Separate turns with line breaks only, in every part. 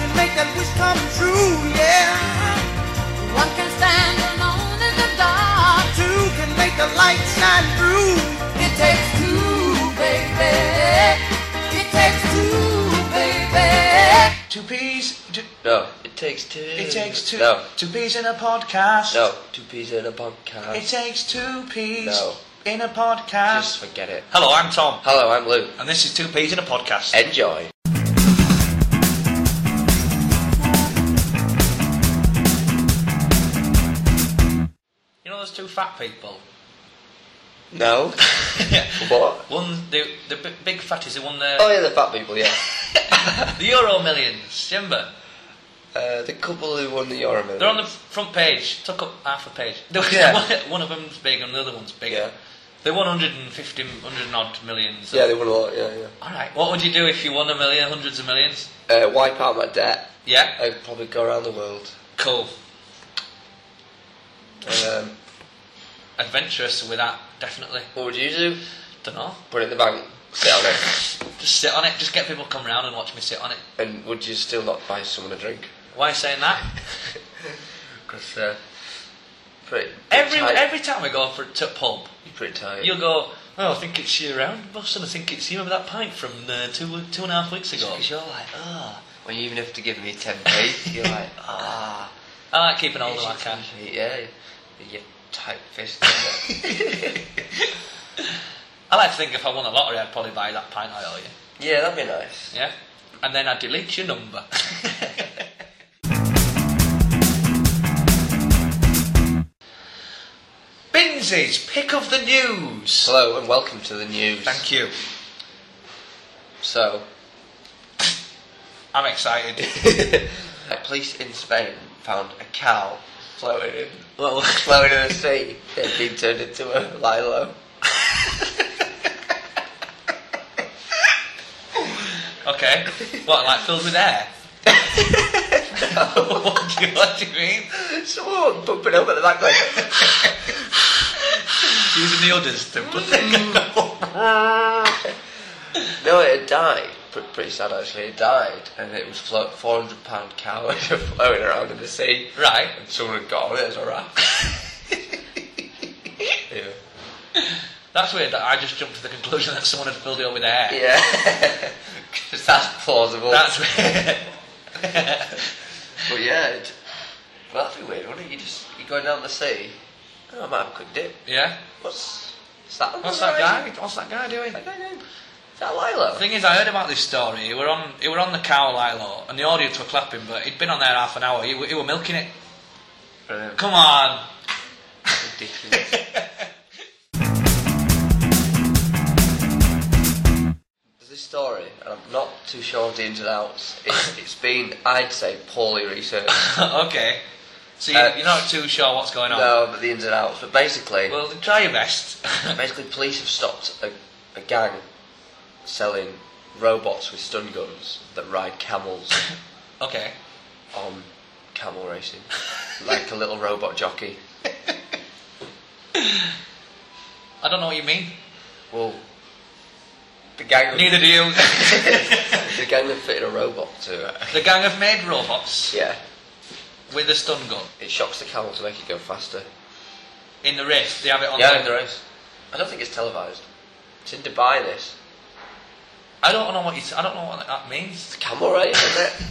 wish come true, yeah.
One can stand alone in the dark.
Two can make the light shine through.
It takes two, baby. It takes two, baby.
Two peas. Two,
No, it takes two.
it takes two.
No,
Two peas in a podcast.
no, two peas in a podcast.
It takes two peas
No.
in a podcast.
Just forget it.
Hello, I'm Tom,
Hello, I'm Luke.
and this is Two Peas in a Podcast.
Enjoy.
You know those two fat people?
No. what?
One, the, the b- big fatties, the one there.
Oh yeah, the fat people. Yeah.
The Euro Millions, do you remember?
Uh, the couple who won the Euro Millions.
They're on the front page, took up half a page. They were-
Yeah.
one, one of them's big and the other one's bigger.
Yeah.
They won 150, 100 and odd millions.
Yeah, they won a lot. Yeah, yeah.
Alright, what would you do if you won a million, hundreds of millions?
Uh, wipe out my debt.
Yeah,
I'd probably go around the world.
cool.
Um,
Adventurous with that, definitely.
what would you do?
Don't know.
Put it in the bank. Sit on it.
Just sit on it, just get people come round and watch me sit on it.
And would you still not buy someone a drink?
Why are you saying that?
Because uh, pretty.
Every
tight-
every time we go for to a pub,
You're pretty tired.
you'll go. Oh, I think it's you around, boss, and I think it's you. Remember that pint from uh, two two and a half weeks ago?
Because you're like, ah. When you even have to give me 10p, you're like, ah.
I like keeping hold of
Easy
my cash.
for you, Yeah, you tight fist.
I like to think if I won the lottery, I'd probably buy that pint I owe you.
yeah, that'd be nice.
Yeah, and then I'd delete your number. Binzies, pick of the news.
Hello and welcome to the news.
Thank you.
So,
I'm excited.
a police in Spain found a cow floating in, well, floating in the sea. It had been turned into a lilo.
Okay. What, like filled with air? what, do you, what do you mean?
Someone pumping over the back like,
Using the udders to put
Hmm.
the
no, it had died. Pre- Pretty sad actually. It died, and it was float 400 pound cow floating around in the sea.
Right.
And someone had got on it as a raft. yeah.
That's weird that I just jumped to the conclusion that someone had filled it up with air.
Yeah. 'Cause that's plausible.
That's weird.
But yeah, it, well, that'd be weird, wouldn't it? You just you going down the sea. Oh, I might have a quick dip.
Yeah?
What's, what's that? on the
What's that guy?
horizon?
What's that guy doing?
That guy doing? Is that Lilo?
The thing is, I heard about this story. He were on, he were on the cow Lilo, and the audience were clapping, but he'd been on there half an hour. He, were- he were milking it.
Brilliant.
Come on.
Ridiculous. There's this story, and I'm not too sure of the ins and outs. It's, it's been, I'd say, poorly researched.
okay. So you,
Uh,
you're not too sure what's going on.
no, but the ins and outs. But basically,
Well, try your best.
basically, police have stopped a, a gang selling robots with stun guns that ride camels
okay.
on camel racing, like a little robot jockey.
I don't know what you mean.
Well, the gang,
Neither do you.
the gang have fitted a robot to it.
the gang have made robots
Yeah,
with a stun gun.
it shocks the camel to make it go faster.
In the race, they have it on
Yeah, in
the...
the race. I don't think it's televised. It's in Dubai. This
I don't know what you... I don't know what that means.
it's camel race, isn't it?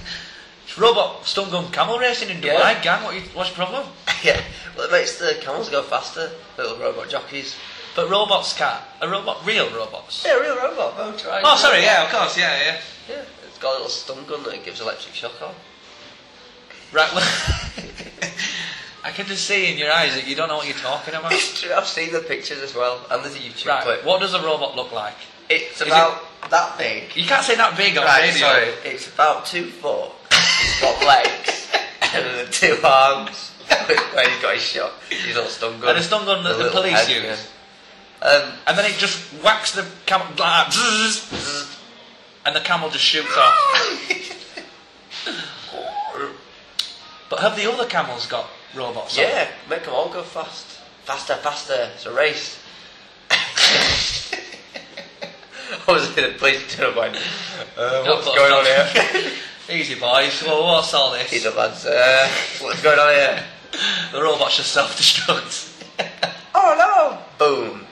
It's robot stun gun camel racing in Dubai,
Yeah.
gang. What you, what's your problem?
yeah. Well, it makes the camels go faster. Little robot jockeys.
But robots can't. A robot... Real robots.
Yeah, real robot. Motorized.
Oh, sorry, yeah, of course, yeah, yeah.
Yeah, it's got a little stun gun that it gives electric shock on.
Right, well... I can just see in your eyes that you don't know what you're talking about.
It's true, I've seen the pictures as well, and there's a YouTube
Right,
clip.
what does a robot look like?
It's
Is
about that big.
You can't say that big on
Right,
radio.
sorry. It's about two foot. It's got legs and then two arms. Where he's got his shot, his little stun gun.
And a stun gun that the
little
police
head,
use.
yeah. Um,
And then it just whacks the camel like that, zzz, zzz, and the camel just shoots off. but have the other camels got robots? on?
yeah, make them all go fast, faster, faster. It's a race. I was in the police turn of mine. Uh,
No,
what's
but-
going on here?
Easy boys. Well, what's all this?
He's a lads. Uh, what's going on here?
The robot should self-destruct.
Oh no! Boom.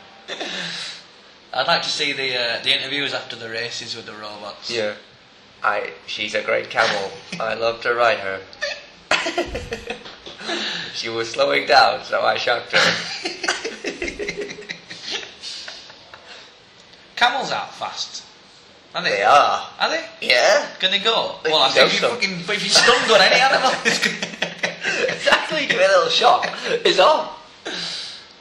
I'd like to see the uh, the interviews after the races with the robots.
Yeah. I. She's a great camel. I love to ride her. she was slowing down, so I shocked her.
Camels aren't fast. Are they?
they are.
Are they?
Yeah.
Can they go?
They
well, I
can go
think if you
some.
fucking but if you stung on any animal, it's good.
Exactly. Give it a little shock. It's on.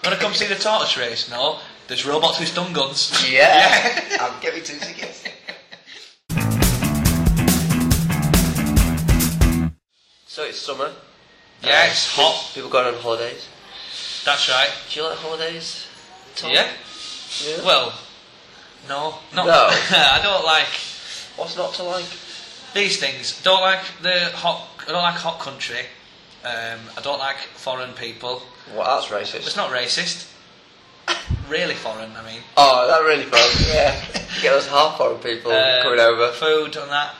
Wanna come see the tortoise race? No. There's robots with stun guns.
Yeah. I'm giving two tickets. So it's summer.
Yeah,
Uh,
it's
pe-
hot.
People going on holidays.
That's right.
Do you like holidays? Tom?
Yeah.
Yeah.
Well, no, not.
No.
I don't like
What's not to like?
these things. Don't like the hot. I don't like hot country. Um, I don't like foreign people.
Well, that's racist.
It's not racist. Really foreign. I mean.
Oh, that really fun. Yeah. You Get those half foreign people
Uh,
coming over.
Food and that.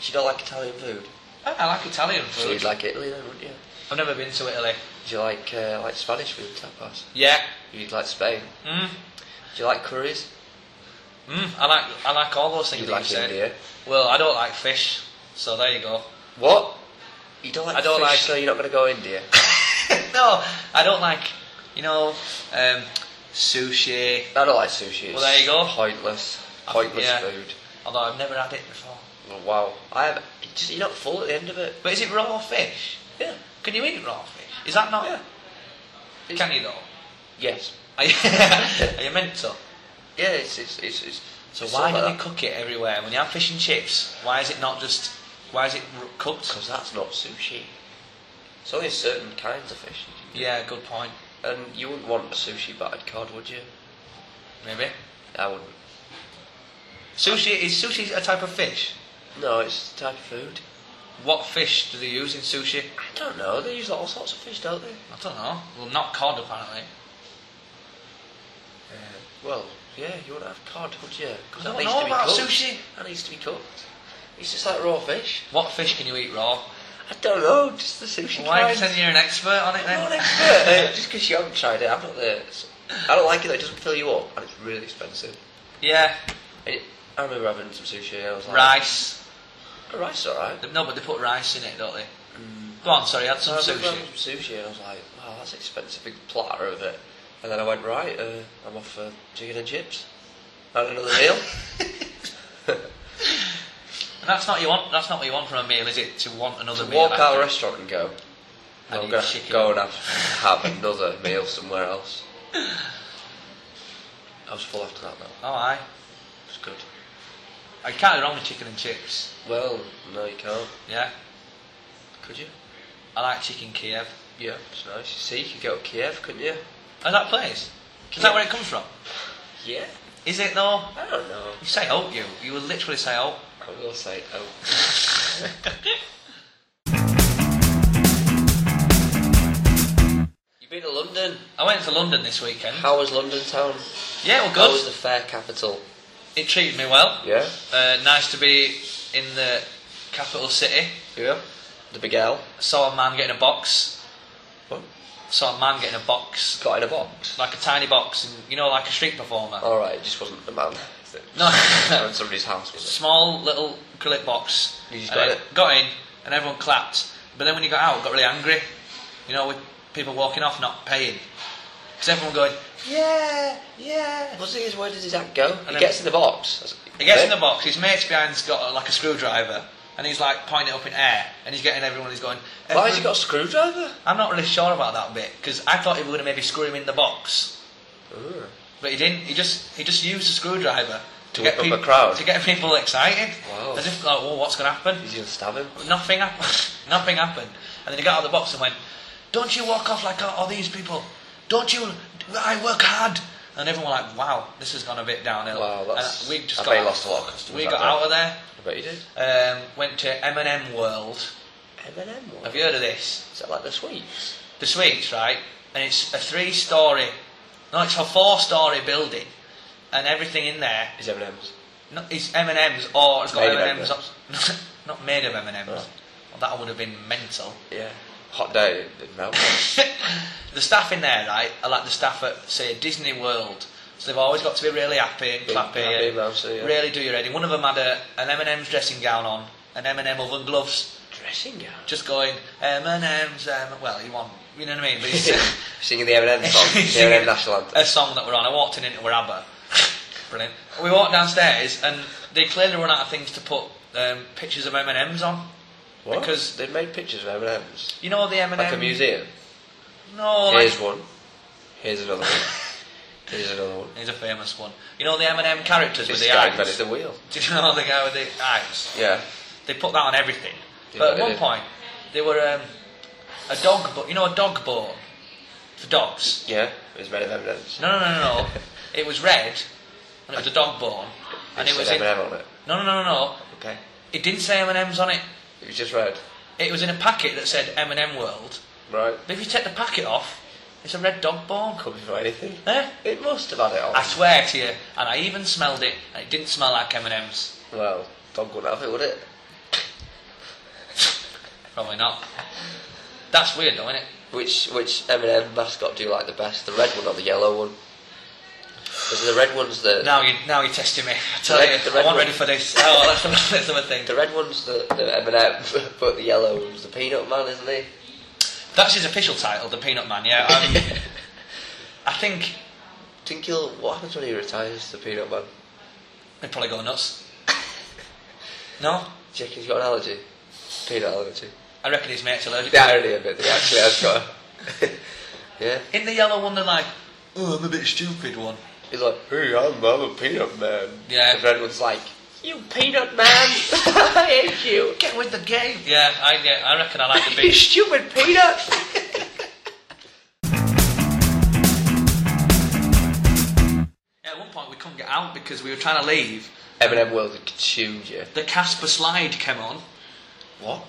She don't like Italian food.
I, I like Italian
So
food.
you'd like Italy then, wouldn't you?
I've never been to Italy.
Do you like uh, like Spanish food tapas?
Yeah.
You'd like Spain.
Mm.
Do you like curries?
Mm. I like. I like all those things.
You'd
that
like
you said.
India.
Well, I don't like fish, so there you go.
What? You don't like
I don't
fish,
like-
so you're not going to go India.
no, I don't like, you know, um, sushi.
I don't like sushi.
Well, there you go.
It's Pointless.
I think-
Pointless
yeah.
food.
Although I've never had it before.
Oh, wow. I have. it's Just, you're not full at the end of it.
But is it raw fish?
Yeah.
Can you eat raw fish? Is that not?
Yeah.
Can you though?
Yes.
Are you, are you meant to?
Yeah. It's it's it's. it's
So
it's
why
not
do
like
they cook it everywhere? When you have fish and chips, why is it not just? Why is it r- cooked?
Because that's not sushi. It's only certain kinds of fish.
Yeah, good point.
And you wouldn't want a sushi battered cod, would you?
Maybe.
I wouldn't.
Sushi is sushi a type of fish?
No, it's the type of food.
What fish do they use in sushi?
I don't know. They use all sorts of fish, don't they?
I don't know. Well, not cod apparently.
Well, yeah, you wouldn't have cod, would you? Because
I don't know about sushi.
That needs to be cooked. It's just like raw fish.
What fish can you eat raw?
I don't know. Just the sushi
Why
kinds.
pretend you're an expert on it then?
I'm not an expert. Uh, just because you haven't tried it, I'm not there. It's- I don't like it. though, It doesn't fill you up, and it's really expensive.
Yeah,
And it- I remember having some sushi, and I was like,
rice.
"Oh, rice, all right."
No, but they put rice in it, don't they?
Mm.
Go on, sorry, add some
I remember
sushi.
having some sushi, and I was like, "Wow, that's expensive. Big platter of it." And then I went, "Right, uh, I'm off for chicken and chips." Had another meal.
And that's not you want. That's not what you want from a meal, is it? To want another
to
meal.
walk out of
after.
a restaurant and go.
I
I'm
need
gonna
chicken."
go and have, have another meal somewhere else. I was full after that though.
Oh, aye.
It was good.
I can't go wrong with chicken and chips.
Well, no, you can't.
Yeah,
Could you?
I like chicken Kiev.
Yeah, it's nice. See, you could go to Kiev, couldn't you?
Oh, that place. Is that where it comes from?
Yeah.
Is it though?
I don't know.
You say oh, you. You would literally say oh.
I will say, oh, you've been to London.
I went to London this weekend.
How was London town?
Yeah, well,
How was
good.
the fair capital?
It treated me well.
Yeah.
Uh, nice to be in the capital city.
Yeah. The big L.
Saw a man getting a box.
What?
Saw a man getting a box,
Got in a box.
like a tiny box, and you know, like a street performer.
All right, it just wasn't the man.
No,
in somebody's house, was it?
small little acrylic box.
You just
And
got
I
it?
Got in, and everyone clapped. But then when you got out, got really angry. You know, with people walking off not paying. Because everyone going,
Yeah, yeah. Was it? Where did his act go?
then-
he gets in the box. That's-
he gets in the box. His mate's behind's got uh, like a screwdriver, and he's like pointing it up in air, and he's getting everyone. He's going,
Why has
"Everyone-"
he got a screwdriver?
I'm not really sure about that bit because I thought he was going to maybe screw him in the box. But he didn't. He just he just used a screwdriver
To whip up a crowd.
to get people excited.
Wow.
As if like, well, what's going to happen?
He's gonna stab him.
Nothing happened. Nothing happened. And then he got out of the box and went, "Don't you walk off like all, all these people? Don't you? I work hard." And everyone were like, "Wow, this has gone a bit downhill."
Wow, that's-
and we just
I
got
bet he
out-
lost a lot of customers
We
that
got
day.
out of there.
I bet he did.
Um, went to M&M World.
Eminem. What?
Have you heard of this?
Is that like the sweets?
the suites, right? And it's a three story, no, it's a four story building, and everything in there
Is Eminem's?
no- is M and M's or it's got
Made of
M and M's. Not made of M&Ms.
Oh.
Well, that would have been mental.
Yeah. Hot day, it melted.
the staff in there, right, are like the staff at, say, Disney World. So they've always got to be really happy and
Big
clappy,
happy
and
mousey, yeah.
really do your head in. One of them had a, an M&M's dressing gown on, an M&M oven gloves,
Dressing gown.
just going M&M's. Um, well, you want, you know what I mean? But he's
Singing the M&M song, the
singing
M&M national anthem.
a song that we're on. I walked in into her ABBA. Brilliant. We walked downstairs and they clearly run out of things to put um, pictures of M&M's on.
What?
Because
they've made pictures of M&Ms. Um,
you know the M&M.
Like a museum.
No, like
Here's one. Here's another one. Here's another one.
He's a famous one. You know the M&M characters
This
with the
guy invented
eyes?
the wheel.
Did you know the guy with the eyes?
Yeah.
They put that on everything.
Yeah,
but at
they
one
did.
point, they were um, a dog boat. You know a dog boat? For dogs.
Yeah. It was made of M&Ms.
No, no, no, no, no. it was red, and it was a dog bone. And it
said
was in... No,
M&M on it.
no, no, no, no.
Okay.
It didn't say M&M's on it.
It was just red.
It was in a packet that said M&M World.
Right.
But if you take the packet off, it's a red dog bone.
Could be for anything.
Eh?
It must have had it on.
I swear to you, and I even smelled it, and it didn't smell like M&M's.
well, dog wouldn't have it, would it?
Probably not. That's weird though, isn't it?
Which which M&M mascot do you like the best? The red one or the yellow one? 'Cause the red one's the
Now you now you're testing me. I tell
Red-
you,
the
I
red
wasn't
one.
ready for this. Oh, that's another, that's another thing.
the red one's the, the M&M, but the yellow one's the peanut man, isn't he?
That's his official title, the Peanut Man. Yeah, um, I think
Think he'll what happens when he retires? The peanut man.
he'd probably go nuts. No,
Do you reckon he's got an allergy? Peanut allergy.
I reckon his mate's allergic.
The irony of it, that he actually has got. a- yeah.
In the yellow one, they're like, oh, I'm a bit stupid one.
He's like, hey, I'm, I'm a peanut man.
Yeah.
The red one's like, you peanut man, I hate you.
Get with the game. Yeah, I yeah, I reckon I like the
You
big.
stupid peanut.
Yeah, at one point we couldn't get out because we were trying to leave.
Eminem World had consumed you.
The Casper slide came on.
What?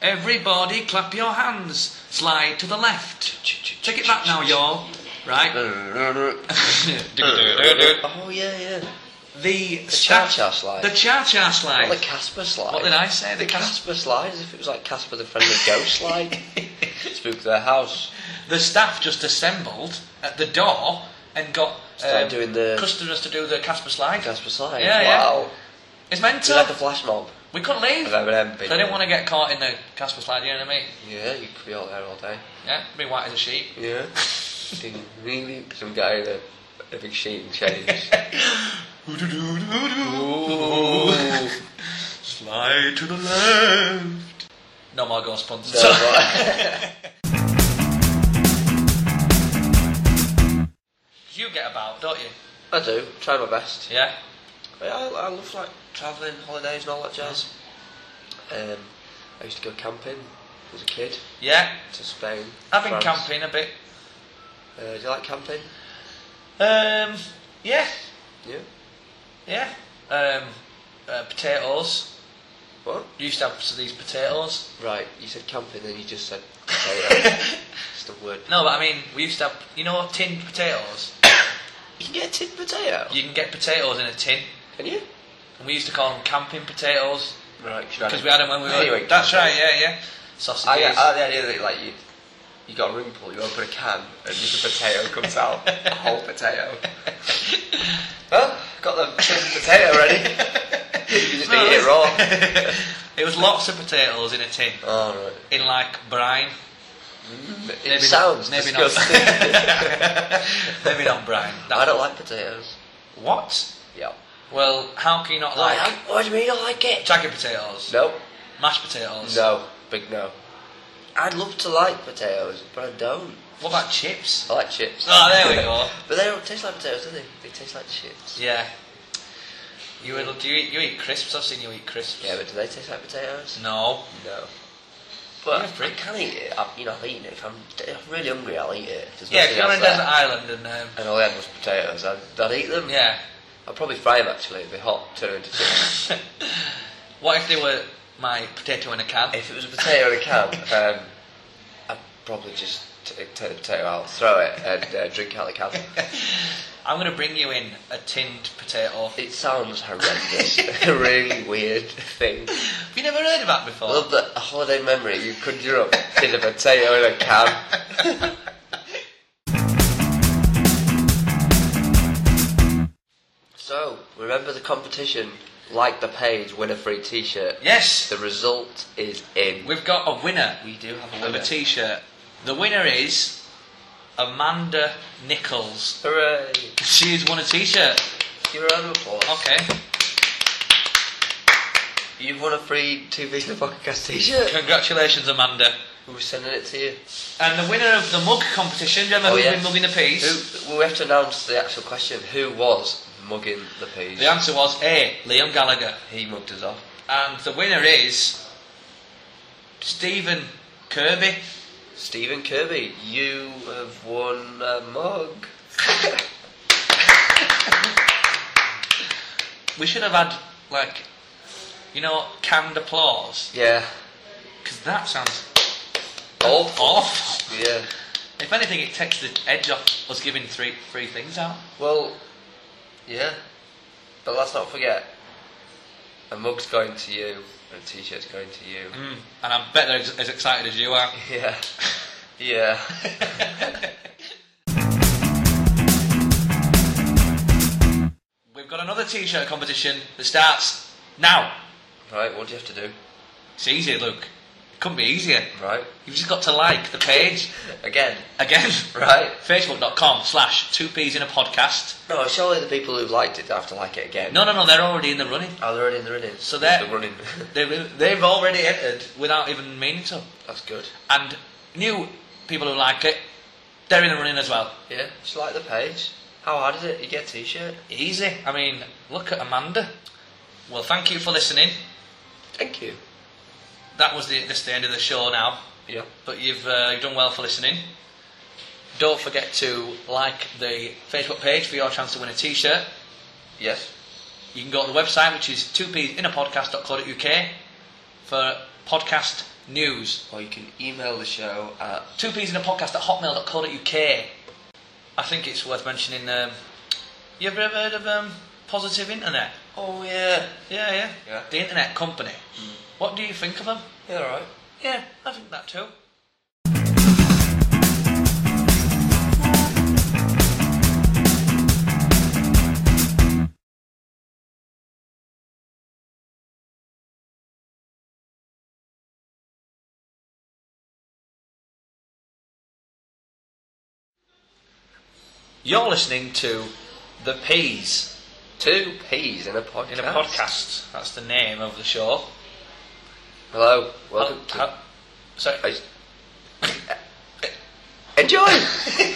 Everybody clap your hands. Slide to the left. Check it back now, y'all. Right?
oh yeah, yeah.
the
cha-cha slide.
The cha cha slide.
Not the Casper slide.
what did I say? The,
The
cas-
Casper slide, as if it was like Casper the Friendly Ghost slide. Spook their house.
the staff just assembled at the door and got um,
Started doing the-
customers to do the Casper slide.
Casper slide.
Yeah, yeah.
wow.
It's
It's
mental.
like a flash mob.
we couldn't leave.
Of Eminem
They
people.
didn't want to get caught in the Casper slide. You know what I mean?
Yeah, you could be out there all day.
Yeah, be white as a sheep.
Yeah. Did really some guy in a, a big sheet and change. Ooh.
Slide to the left. No more ghost puns.
No, right.
you get about, don't you?
I do. Try my best.
Yeah.
But I, I love like travelling, holidays, and all that jazz. Um, I used to go camping as a kid
Yeah.
to Spain.
I've been
France.
camping a bit.
Uh, do you like camping?
Um. Yeah.
Yeah.
Yeah. Um. Uh, potatoes.
What?
You used to have some of these potatoes.
Right. You said camping, then you just said potato. it's the word.
No, but I mean, we used to have. You know, tinned potatoes.
You can get a tin potato.
You can get potatoes in a tin,
Can you?
and we used to call them camping potatoes
Right.
because we had them when we were.
Anyway,
that's
camping.
right. Yeah, yeah. Sausages.
I, uh, oh, I had the idea that like you, you got a room full, you open a can, and just a potato comes out, a whole potato. well, got the tin potato ready. you just eat it raw.
it was lots of potatoes in a tin,
All right.
in like brine.
Mm, It
Maybe not-
sounds
maybe not.
disgusting.
Maybe not brine. That-
I don't like potatoes.
What?
Yeah.
Well, how can you not
Like,
like
what do you mean I like it?
jagged potatoes,
No.
mashed potatoes?
No. Big no. I'd love to like potatoes, but I don't. Ah,
What about chips?
I like chips.
Oh, there we go.
But they don't taste like potatoes, do they? They taste like chips.
Yeah. You will- do you eat you eat crisps? I've seen you eat crisps.
Yeah, but do they taste like potatoes?
No.
No. But
Yeah,
I can eat it. I, you know, I'll eat it. If I'm, if I'm really hungry, I'll eat it. There's
Yeah,
nothing
if you're on
else
a
there.
desert island and um,
And all I had was potatoes. I'd, I'd eat them.
yeah.
I'd probably fry them actually. They're hot, turn into chips.
What if they were my potato in a can?
if it was a potato in a can, um, I'd probably just t- take the potato out, throw it, and uh, drink out of the can.
I'm going to bring you in a tinned potato. Have
It sounds horrendous. a really weird thing.
you never heard of that before?
Well, but a holiday memory you conjure up in a potato in a can. so, remember the competition? Like the page, win a free t shirt.
yes,
The result is in.
we've got a winner
We do have
of a t-shirt. The winner is Amanda Nichols.
Hooray!
She's won a t-shirt.
Give her a round of applause.
Okay,
You've won a free Two Fish in a Pocket Cast t shirt.
congratulations, Amanda.
We're sending it to you.
And the winner of the mug competition, do you remember
Oh,
who's
yeah.
been mugging the piece?
Who, well, we have to announce the actual question. Who was mugging the page?
The answer was A. Liam Gallagher.
He mugged us off.
And the winner is Stephen Kirby.
Stephen Kirby, you have won a mug.
We should have had like, you know, canned applause
Yeah.
because that sounds
Awful.
awful.
Yeah.
If anything, it takes the edge off us giving three three things out.
Well, yeah. But let's not forget, a mug's going to you, and a t-shirt's going to you.
Mm. And I bet they're ex- as excited as you are.
Yeah. Yeah.
We've got another T-shirt competition that starts now.
right, what do you have to do?
It's easier, Luke. It couldn't be easier.
Right.
You've just got to like the page
Again.
again.
Right.
Facebook.com slash two peas in a podcast.
No, surely the people who liked it have to like it again.
No, no, no, they're already in the running.
Oh, they're already in the running.
So they're-
the running.
They've, they've already entered without even meaning to.
That's good.
And new people who like it, they're in the running as well.
Yeah. Just like the page. How hard is it? You get a t-shirt.
Easy. I mean, look at Amanda. Well, thank you for listening.
Thank you.
That was the, that's the end of the show now.
Yeah.
But you've, uh, you've done well for listening. Don't forget to like the Facebook page for your chance to win a t shirt.
Yes.
You can go on the website, which is 2pinapodcast.co.uk for podcast news.
Or you can email the show at
2pinapodcast at hotmail.co.uk. I think it's worth mentioning. Um, you ever ever heard of um, Positive Internet?
Oh yeah.
Yeah, yeah.
Yeah.
The internet company. What do you think of them?
Yeah, alright.
Yeah, I think that too. You're listening to The Peas
Two peas in a podcast.
in a podcast. That's the name of the show.
Hello. Welcome
How-
to
how- sorry.
uh, I- Enjoy!